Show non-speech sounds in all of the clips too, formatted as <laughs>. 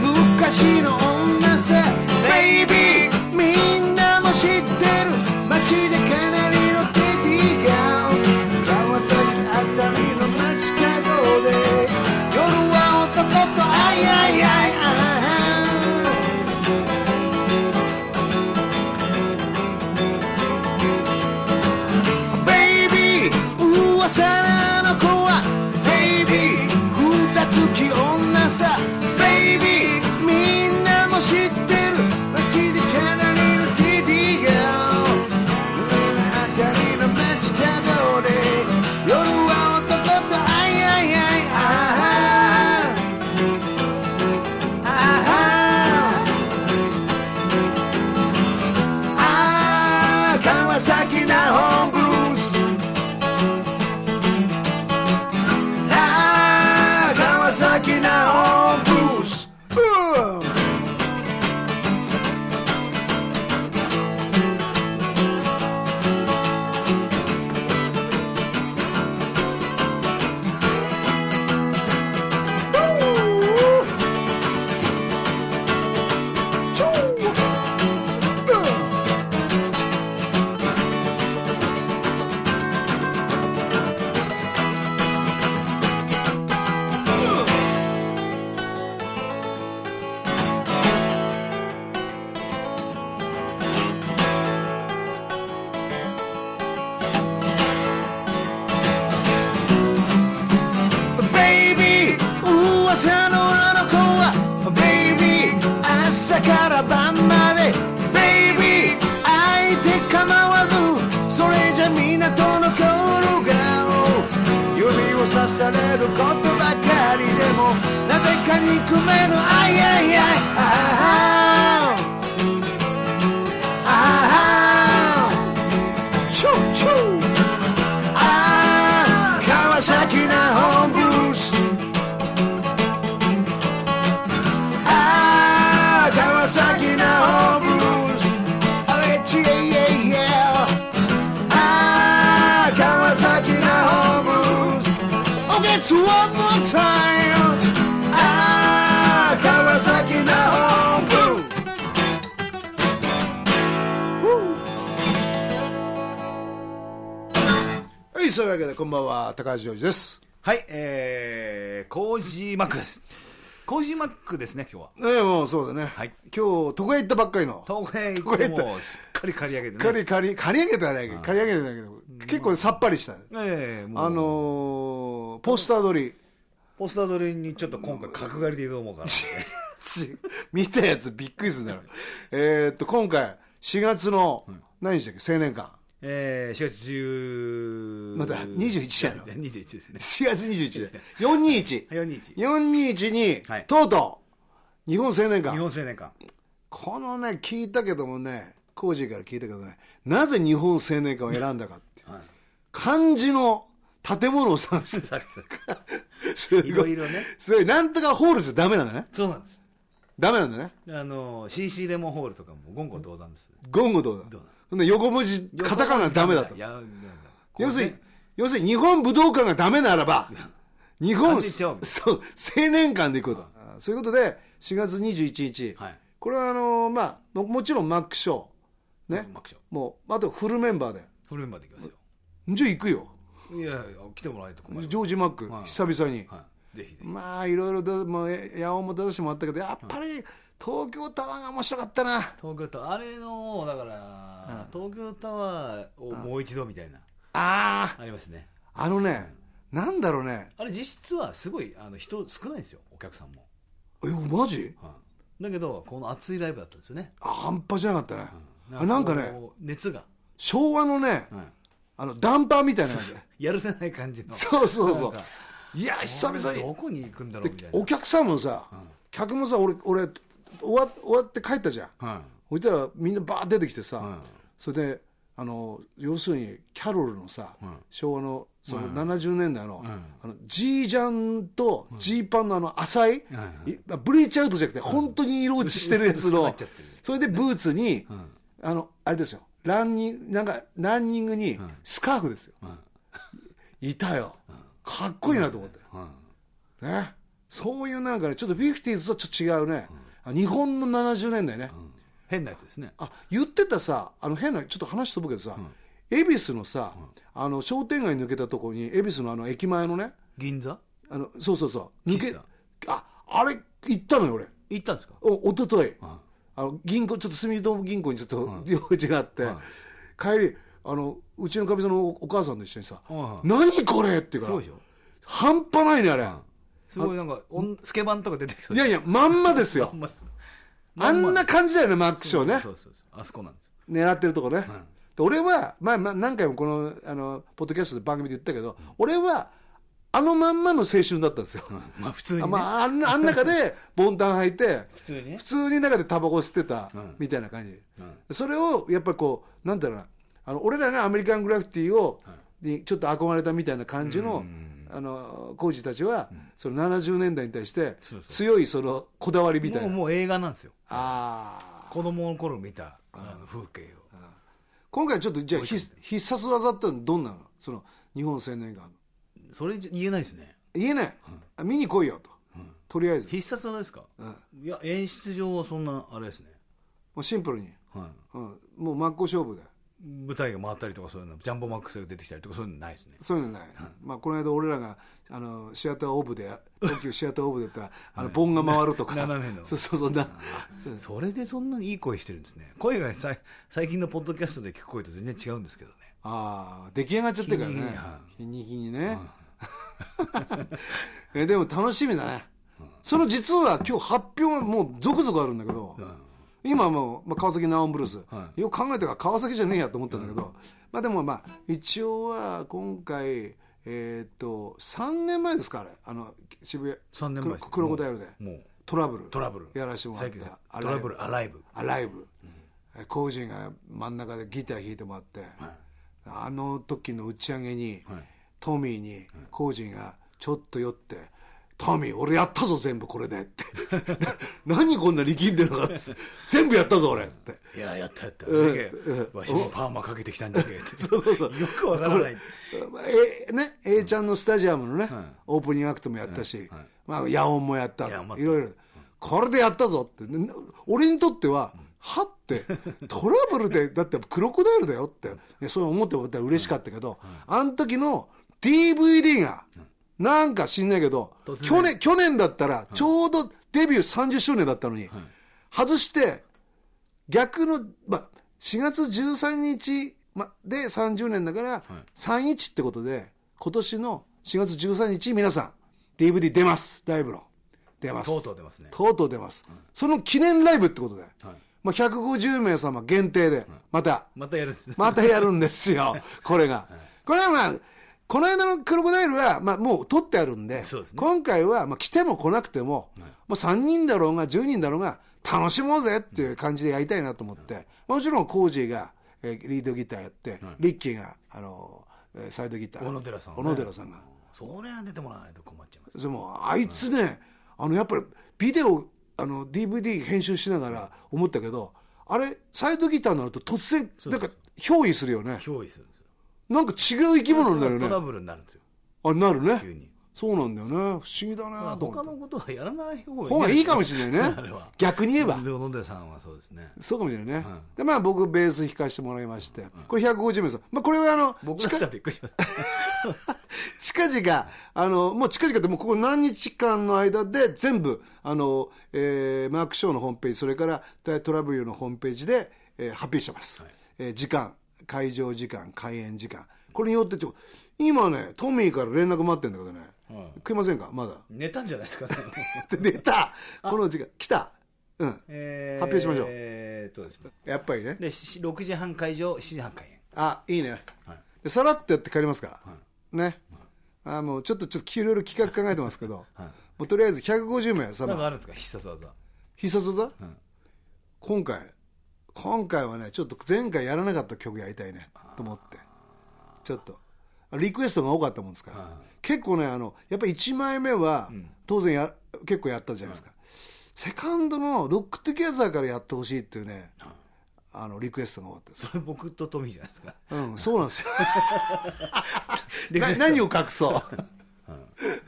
昔の女さ Baby みんなも知ってる街でかなりのテディが川崎あたりの街角で夜は男とあいあいあいあいベイビー噂の子はベイビー二つき女さベイビーみんなも知ってる街でかなりの TD が胸のあたりの街角で夜は男とあいあいあいああああああ川崎なホーンブルースああ川崎なホーンブルースブーンチューブーンベイビー噂のあの子はベイビー朝から晩までベイビー相手構わずそれじゃ港のコールが指をさされることばかりでもなぜか憎めぬあいあいあいああああチューチューああ川崎なホーンブルースああ川崎なホーンブルースあれちえいえいえああ川崎なホーンブルース Oh that's one more time ああ川崎なホーンブルースはい、そういうわけで、こんばんは、高橋洋二です。はい、えー、コージーマックです。コージーマックですね、今日は。ええ、もうそうだね。はい今日、徳江行ったばっかりの。東京東京行行っっててもうすっかり刈り上げてね。刈り、刈り、刈り上げてはないけど、刈り上げてないけど、結構さっぱりした。ええもうあのー、ポスター撮り。 <laughs> ポスター撮りにちょっと今回角刈りで挑もうかな。ち見たやつびっくりするん <laughs> だろ。えーっと、今回、4月の、何日だっけ、青年館。えー、4月10まだ21やろ <laughs> 21で <laughs> すね。 4月21で。421。 421。 421にはい、とうとう、日本青年日館。本青年館。このね、聞いたけどもね、コージーから聞いたけどね、なぜ日本青年館を選んだかって。は漢字の建物を探して <laughs> た。すい。いごろい。いろね。すごい。なんとかホールじゃダメなんだね。そうなんです。ダメなんだね。あの、CC レモンホールとかも言語道断ですね。ゴンゴどうだ。ほんで横文字、 <laughs> カタカナダメだとい。や、いやいや要するにこ、要するに日本武道館がダメならば、日本、漢字勝 <laughs> 負そう、青年館で行こうと。あそういうことで、4月21日、はいこれはあのーまあも、もちろんマックショー、れね、マックショー。もう、あとフルメンバーで。フルメンバーでいきますよ。じゃあ行くよ。いやいや、来てもらえないと困ジる。ョージ・マック、はい久々に。はい。ぜひぜひ。まあいろいろだもうえ野音も出してもらったけどやっぱり東京タワーが面白かったな東京タワーあれのだから、東京タワーをもう一度みたいな、あーありますねあのねなんだろうねあれ実質はすごいあの人少ないんですよお客さんも、えマジはいだけどこの熱いライブだったんですよね、あ半端じゃなかったね、こうあなんかね熱が、昭和のねはいあのダンパーみたいなやつやるせない感じのそうそうそうなんかいや久々にどこに行くんだろうでみたいなお客さんもさ、客もさ俺俺終わ終わって帰ったじゃんはそしたらみんなバーッ出てきてさ、うんそれであの要するにキャロルのさ、ん昭和のそのうん70年代の,、んあのジージャンとジーパンのあの浅い、うんいブリーチアウトじゃなくて本当に色落ちしてるやつ薄くの、なっちゃってるそれでブーツに、んあのあれですよランニングなんかランニングにスカーフですよ、いはいいたよかっこいいなと思って、はいね、そういうなんかねちょっとフィフティーズとちょっと違うね、あ日本の70年代ね、変なやつですねあ言ってたさあの変なちょっと話飛ぶけどさ、恵比寿のさ、あの商店街抜けたとこに恵比寿のあの駅前のね銀座あのそうそうそう抜喫け茶ああれ行ったのよ俺行ったんですかお一昨日んあの銀行ちょっと住友銀行にちょっと用事があって、うん帰りあのうちのかみさんのおお母さんと一緒にさ「うん何これ!」って言うすかごいらでしょ半端ないねあれ、すごいなんかおんスケバンとか出てきそういやいやまんまですよ <laughs> ほんまですあんな感じだよねマックショーねそうそうそうあそこなんですよ狙ってるとこね、で俺は、まあ、まあ何回もこのあのポッドキャストで番組で言ったけど俺はあのまんまの青春だったんですよ、まあ普通にあねまあ、あんなあん中でボンタン履いて普通にね普通に中でタバコ吸ってたうんみたいな感じ、うんそれをやっぱりこうなんだろうなあの俺らがアメリカングラフィティを、にちょっと憧れたみたいな感じの、あのコージたちは、その70年代に対してそうそう強いそのこだわりみたいもなうもう映画なんですよああ子供の頃見たあの風景を今回ちょっとじゃあ必必殺技ってのはどんなのその日本青年館のそれじゃ言えないですね言えない、あ見に来いよと、とりあえず、必殺技ですかうんもいや演出上はそんなあれですねうシンプルに、はいうん、もう真っ向勝負で舞台が回ったりとかそういうのジャンボマックスが出てきたりとかそういうのないですねそういうのない、まあ、この間俺らがあのシアターオー <laughs> ブで東急シアターオーブでやったらあの盆が回るとかな斜め <laughs> のそうそうそうなそうそれでそんなにいい声してるんですね声がさい最近のポッドキャストで聞く声と全然違うんですけどねああ出来上がっちゃってるからね日に日にね、 <laughs> えでも楽しみだね、その実は今日発表がもう続々あるんだけど、今はもう、まあ、川崎ナオンブルース、はよく考えたから川崎じゃねえやと思ったんだけど、まあでもまあ一応は今回えーっと3年前ですかあれあの渋谷3年前ですクロクロコダイルでもうトラブルトラブルやらせてもらっ最近たトラブルアライブアライブ、えコージーが真ん中でギター弾いてもらって、あの時の打ち上げに、はいトミーにコージーがちょっと酔って「トミー俺やったぞ全部これで」って <laughs> な何こんな力んでるのかっつって全部やったぞ俺って。いややったやった、うんだけうんわしもパーマかけてきたんじゃけそうそうそうよくわからないえね、A ちゃんのスタジアムのね、んオープニングアクトもやったし、はいまあ、野音もやった野音もやったいろいろこれでやったぞって、ね俺にとっては、はってトラブル <laughs> でだってクロコダイルだよっていやそう思ってもらったら嬉しかったけど、あの時の DVD が、なんか知んないけど突然去年去年だったらちょうどデビュー30周年だったのに、外して逆の、まあ、4月13日まで30年だから、31ってことで今年の4月13日皆さん DVD 出ますライブの出ますとうとう出ますねとうとう出ます、その記念ライブってことで、まあ、150名様限定でまた、またやるんですね、またやるんですよこれが、これはまあこの間のクロコダイルは、まあ、もう取ってあるんでそうですね今回は、まあ、来ても来なくても、もう3人だろうが10人だろうが楽しもうぜっていう感じでやりたいなと思って、もちろんコージーが、えーリードギターやって、リッキーが、あのーえーサイドギター小野寺さんね小野寺さんがそりゃ出てもらわないと困っちゃいますでもあいつね、あのやっぱりビデオあの DVD 編集しながら思ったけどあれサイドギターになると突然なんか憑依するよね憑依するんですよなんか違う生き物になるトよラね。ブルになるんですよあ、なる急ね。にそうなんだよね。不思議だなと他思って。のことはやらない方がいい方がいいかもしれないねあれは。逆に言えば小。野寺さんはそうですねそうかもしれないね。で、まあ僕、ベース弾かせてもらいまして。これ150名さん。まあこれはあの、僕だ近ったらびっくりしました近々、あの、もう近々ってもうここ何日間の間で全部、あの、えーマークショーのホームページ、それからトラブルユーのホームページで、えー発表してます。えー時間、会場時間、開演時間。これによってちょ、今ね、トミーから連絡待ってんだけどね。食いませんかまだ。寝たんじゃないですか、 <laughs> ね、って出たこの時間来たうんえー発表しましょうえーっとですねやっぱりねでし6時半会場7時半開演あいいね、はいでさらっとやって帰りますから、ね、あもうちょっとちょっといろいろ企画考えてますけど、もうとりあえず150名なん様かあるんですか必殺技必殺技、ん今回今回はねちょっと前回やらなかった曲やりたいねと思ってちょっとリクエストが多かったもんですから、結構ねあのやっぱり1枚目は当然や、結構やったじゃないですか、セカンドの「ロック・トゥ・ギャザー」からやってほしいっていうね、あのリクエストが多かったですそれ僕 <laughs> とトミーじゃないですかうん、そうなんですよな何を隠そう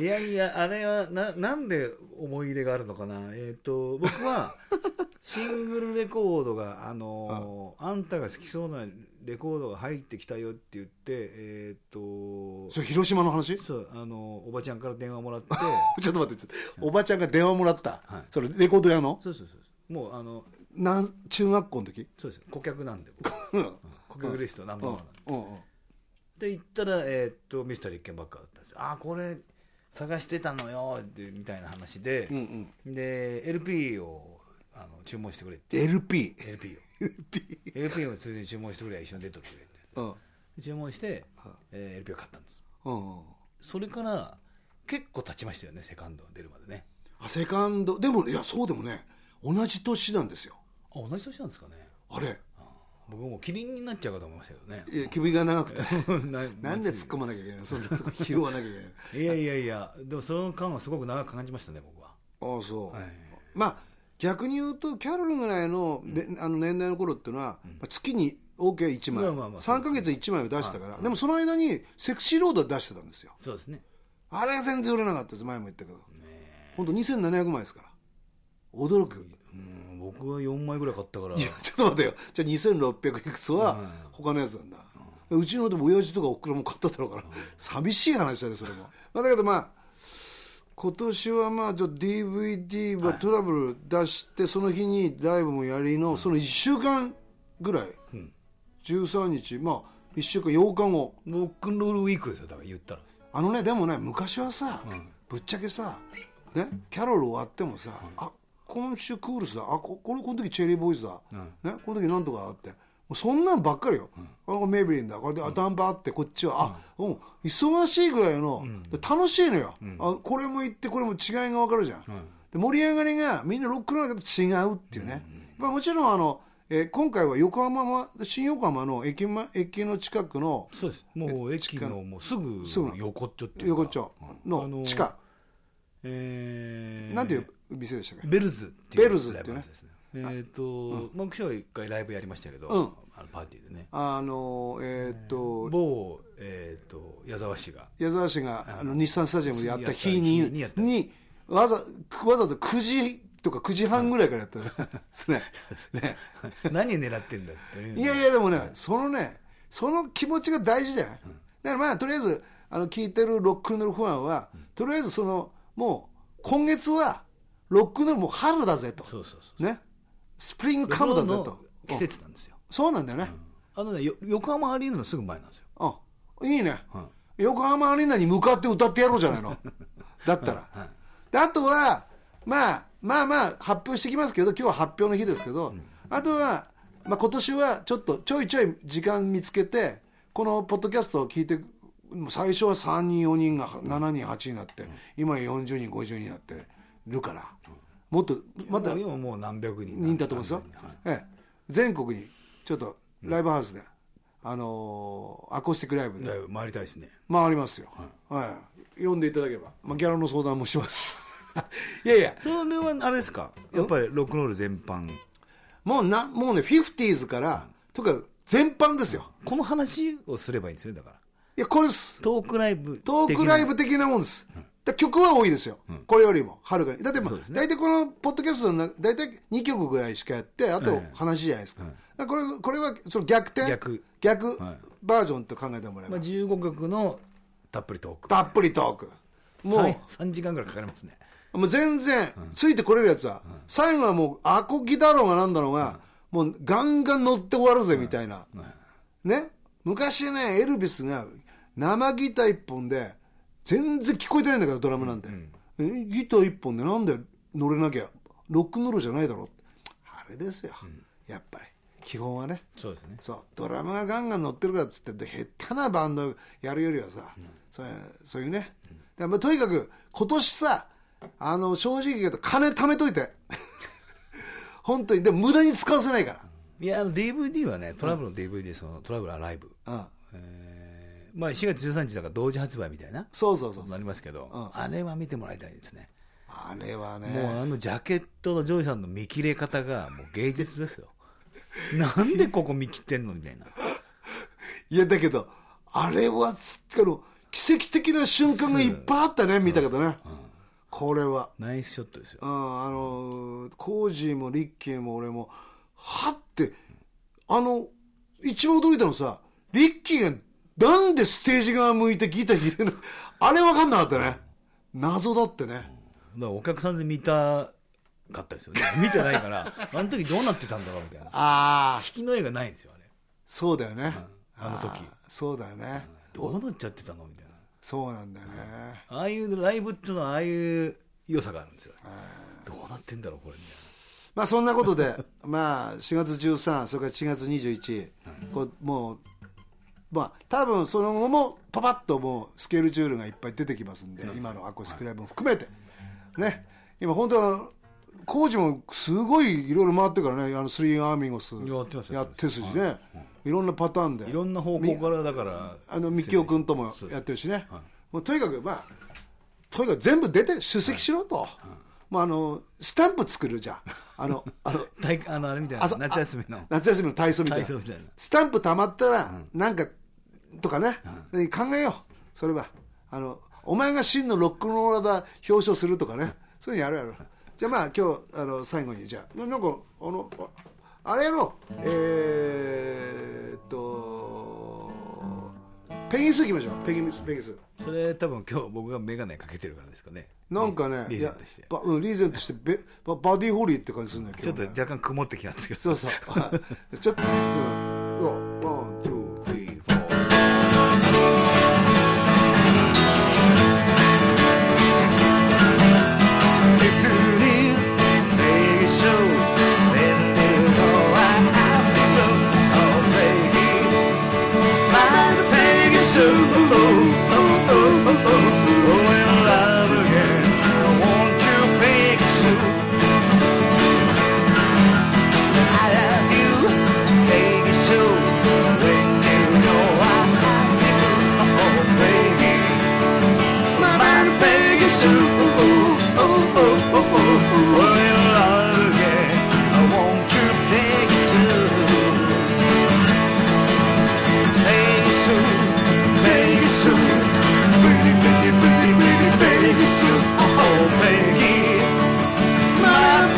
いやいやあれはななんで思い入れがあるのかなえっ、と僕はシングルレコードがあのーあんたが好きそうなレコードが入ってきたよって言ってえっ、 <laughs> とそれ広島の話ちそうあのーおばちゃんから電話もらってょっと待ってちょっとおばちゃんが電話もらった、はいそれレコード屋のそうそうそうそうもうあのなん中学校の時そうです顧客なんで僕うん顧客リストナンバーワンなんでうんうんで行ったら、えーっとミスター立憲ばっかだったんですよああこれ探してたのよってみたいな話で、うんうんで LP をあの注文してくれって LP LP を LP をついでに注文してくれ一緒に出とってくれってうん注文して、えー LP を買ったんですうんうんそれから結構経ちましたよねセカンド出るまでねあセカンドでもいやそうでもね同じ年なんですよあ同じ年なんですかねあれ僕もうキリンになっちゃうかと思いましたけどねいや首が長くて <laughs> な <laughs> なんで突っ込まなきゃいけないの <laughs> そんなとこ拾わなきゃいけないのいやいやいやでもその間はすごく長く感じましたね僕はああそう、はいまあ逆に言うとキャロルぐらいの,、ねあの年代の頃っていうのは、まあ月に OK1 枚、まあまあまあ3か月1枚を出したから、でもその間にセクシーロードは出してたんですよそうですねあれは全然売れなかったです前も言ったけどねえ本当2700枚ですから驚くうん僕は4枚ぐらい買ったからいやちょっと待てよじゃあ2600いくつうんは他のやつなんだ、うちのでも親父とかおふくろも買っただろうから、寂しい話だねそれも、まあ、だけどまあ今年はまあちょっと DVD はトラブル出して、その日にライブもやりの、その1週間ぐらい、ん13日まあ1週間8日後ロックンロールウィークですよだから言ったらあのねでもね昔はさ、ぶっちゃけさ、ね、キャロル終わってもさ、あ今週クールスだあここれこの時チェリーボーイズだ、ね、この時なんとかあってもうそんなんばっかりよ、あこれメイブリンだこれであダンバーあってこっちはあ、うん、忙しいぐらいの、で楽しいのよ、あこれも行ってこれも違いが分かるじゃん、で盛り上がりがみんなロックの中と違うっていうね、まあ、もちろんあの、えー今回は横浜ま新横浜の駅,、ま、駅の近くのそうですもう駅のもうすぐすぐの横っちょっていうか横丁あのの地下、えーなんていう店でしたっけ、ベルズっていうベルズっていうねライブハウスですねえっと僕は一回ライブやりましたけどうんあのパーティーでねあのえーっと、某えっと矢沢氏が <laughs> 矢沢氏があの日産スタジアムでやった日やにった日にやったにわざわざと9時とか9時半ぐらいからやったの <laughs> それね何狙ってんだってねいやいやでもねそのねその気持ちが大事だよ、だからまあとりあえずあの聞いてるロックンロールファンは、とりあえずそのもう今月はロックンロールもう春だぜとそうそうそねスプリングうカムだぜロとンの季節なんですようんそうなんだよね、あのねよ横浜アリーナのすぐ前なんですよあいいね、は横浜アリーナに向かって歌ってやろうじゃ <laughs> ないのだったら、であとは、まあ、まあまあ発表してきますけど今日は発表の日ですけど、あとは、まあ、今年はちょっとちょいちょい時間見つけてこのポッドキャストを聞いてもう最初は3人4人が7人8人になって、今や40人50人になってるから、もっとまた今もう何百人人だと思うんですよ、ええ、全国にちょっとライブハウスで、あのーアコースティックライブだでいぶ回りたいですね回りますよ、はい読んでいただければ、まあ、ギャラの相談もします <laughs> いやいやそれはあれですかやっぱりロックンロール全般もうなもうねフィフティーズからとか全般ですよこの話をすればいいんですよだからいやこれですトークライブトークライブ的なもんです、だ曲は多いですよ、これよりもはるかにだって、まあそうですね大体このポッドキャストの中大体2曲ぐらいしかやってあとええ話じゃないですか,、これこれはその逆転逆逆はいバージョンと考えてもらえば、まあ、15曲のたっぷりトークたっぷりトークももうう3時間ぐらいかかりますねもう全然ついてこれるやつは、最後はもうアコギだろうがなんだろうが、もうガンガン乗って終わるぜみたいな、ね昔ねエルビスが生ギター一本で全然聞こえてないんだけどドラムなんて、えギター一本でなんで乗れなきゃロックンロールじゃないだろうあれですよ、やっぱり基本はねそうですねそうドラムがガンガン乗ってるからっつって下手なバンドやるよりはさ、そうそういうね、でまあ、とにかく今年さあの正直言うと金貯めといて <laughs> 本当にでも無駄に使わせないかいやあの DVD はねトラブルの DVD そのトラブルはライブ、ら、うん、えーまあ、4月13日だから同時発売みたいなそうそうそうそうなりますけど、あれは見てもらいたいですね、あれはもねうあのジャケットのジョイさんの見切れ方がもう芸術ですよ <laughs> なんでここ見切ってんのみたいないやだけどあれはつあの奇跡的な瞬間がいっぱいあったね見たけどね、これはナイスショットですようんあのーコージーもリッキーも俺もはってあの一番驚いたのさリッキーがなんでステージ側向いてギター弾いてるのあれ分かんなかったね謎だってねだからお客さんで見たかったですよね見てないから <laughs> あの時どうなってたんだろうみたいなああ引きの絵がないんですよあれそうだよね、あの時ーそうだよね、どうなっちゃってたのみたいなそうなんだよね、ああいうライブっていうのはああいう良さがあるんですよどうなってんだろうこれみたいまあそんなことで <laughs> まあ4月13それから4月21、こうもうまあ多分その後もパパッともうスケールジュールがいっぱい出てきますんで、今のアコースクライブも含めて、ね今本当は工事もすごいいろいろ回ってるからねあのスリーアーミングスやってますやってるしね、い、ろんなパターンでないろんな方向からだからあの三木君ともやってるしね、もうとにかく、まあ、とにかく全部出て出席しろと、まあ、あのスタンプ作るじゃん、あのあの大あのあれみたいな朝 <laughs> 夏休みの夏休みの体操みたいな、体操みたいなスタンプたまったら、なんかとかね、考えよう、それはあの、お前が真のロックンローラーだ、表彰するとかね、そういうのやるやろじゃあ、まあ、今日あの最後に、じゃあ、なんか、あのああれやろう、えー、っと、ペンギンス行きましょう、ペンギンス、ペンギンス。それ多分今日僕が眼鏡かけてるからですかねなんかね、リいーゼやントして、ばうんリーゼントしてベバ、バディホリーって感じするんだけちょど、っと若干曇ってきたんですけどそう <laughs> そう、ちょっと、うん、ワン、ツー、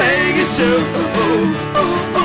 Peggy Sue, oh, oh, oh,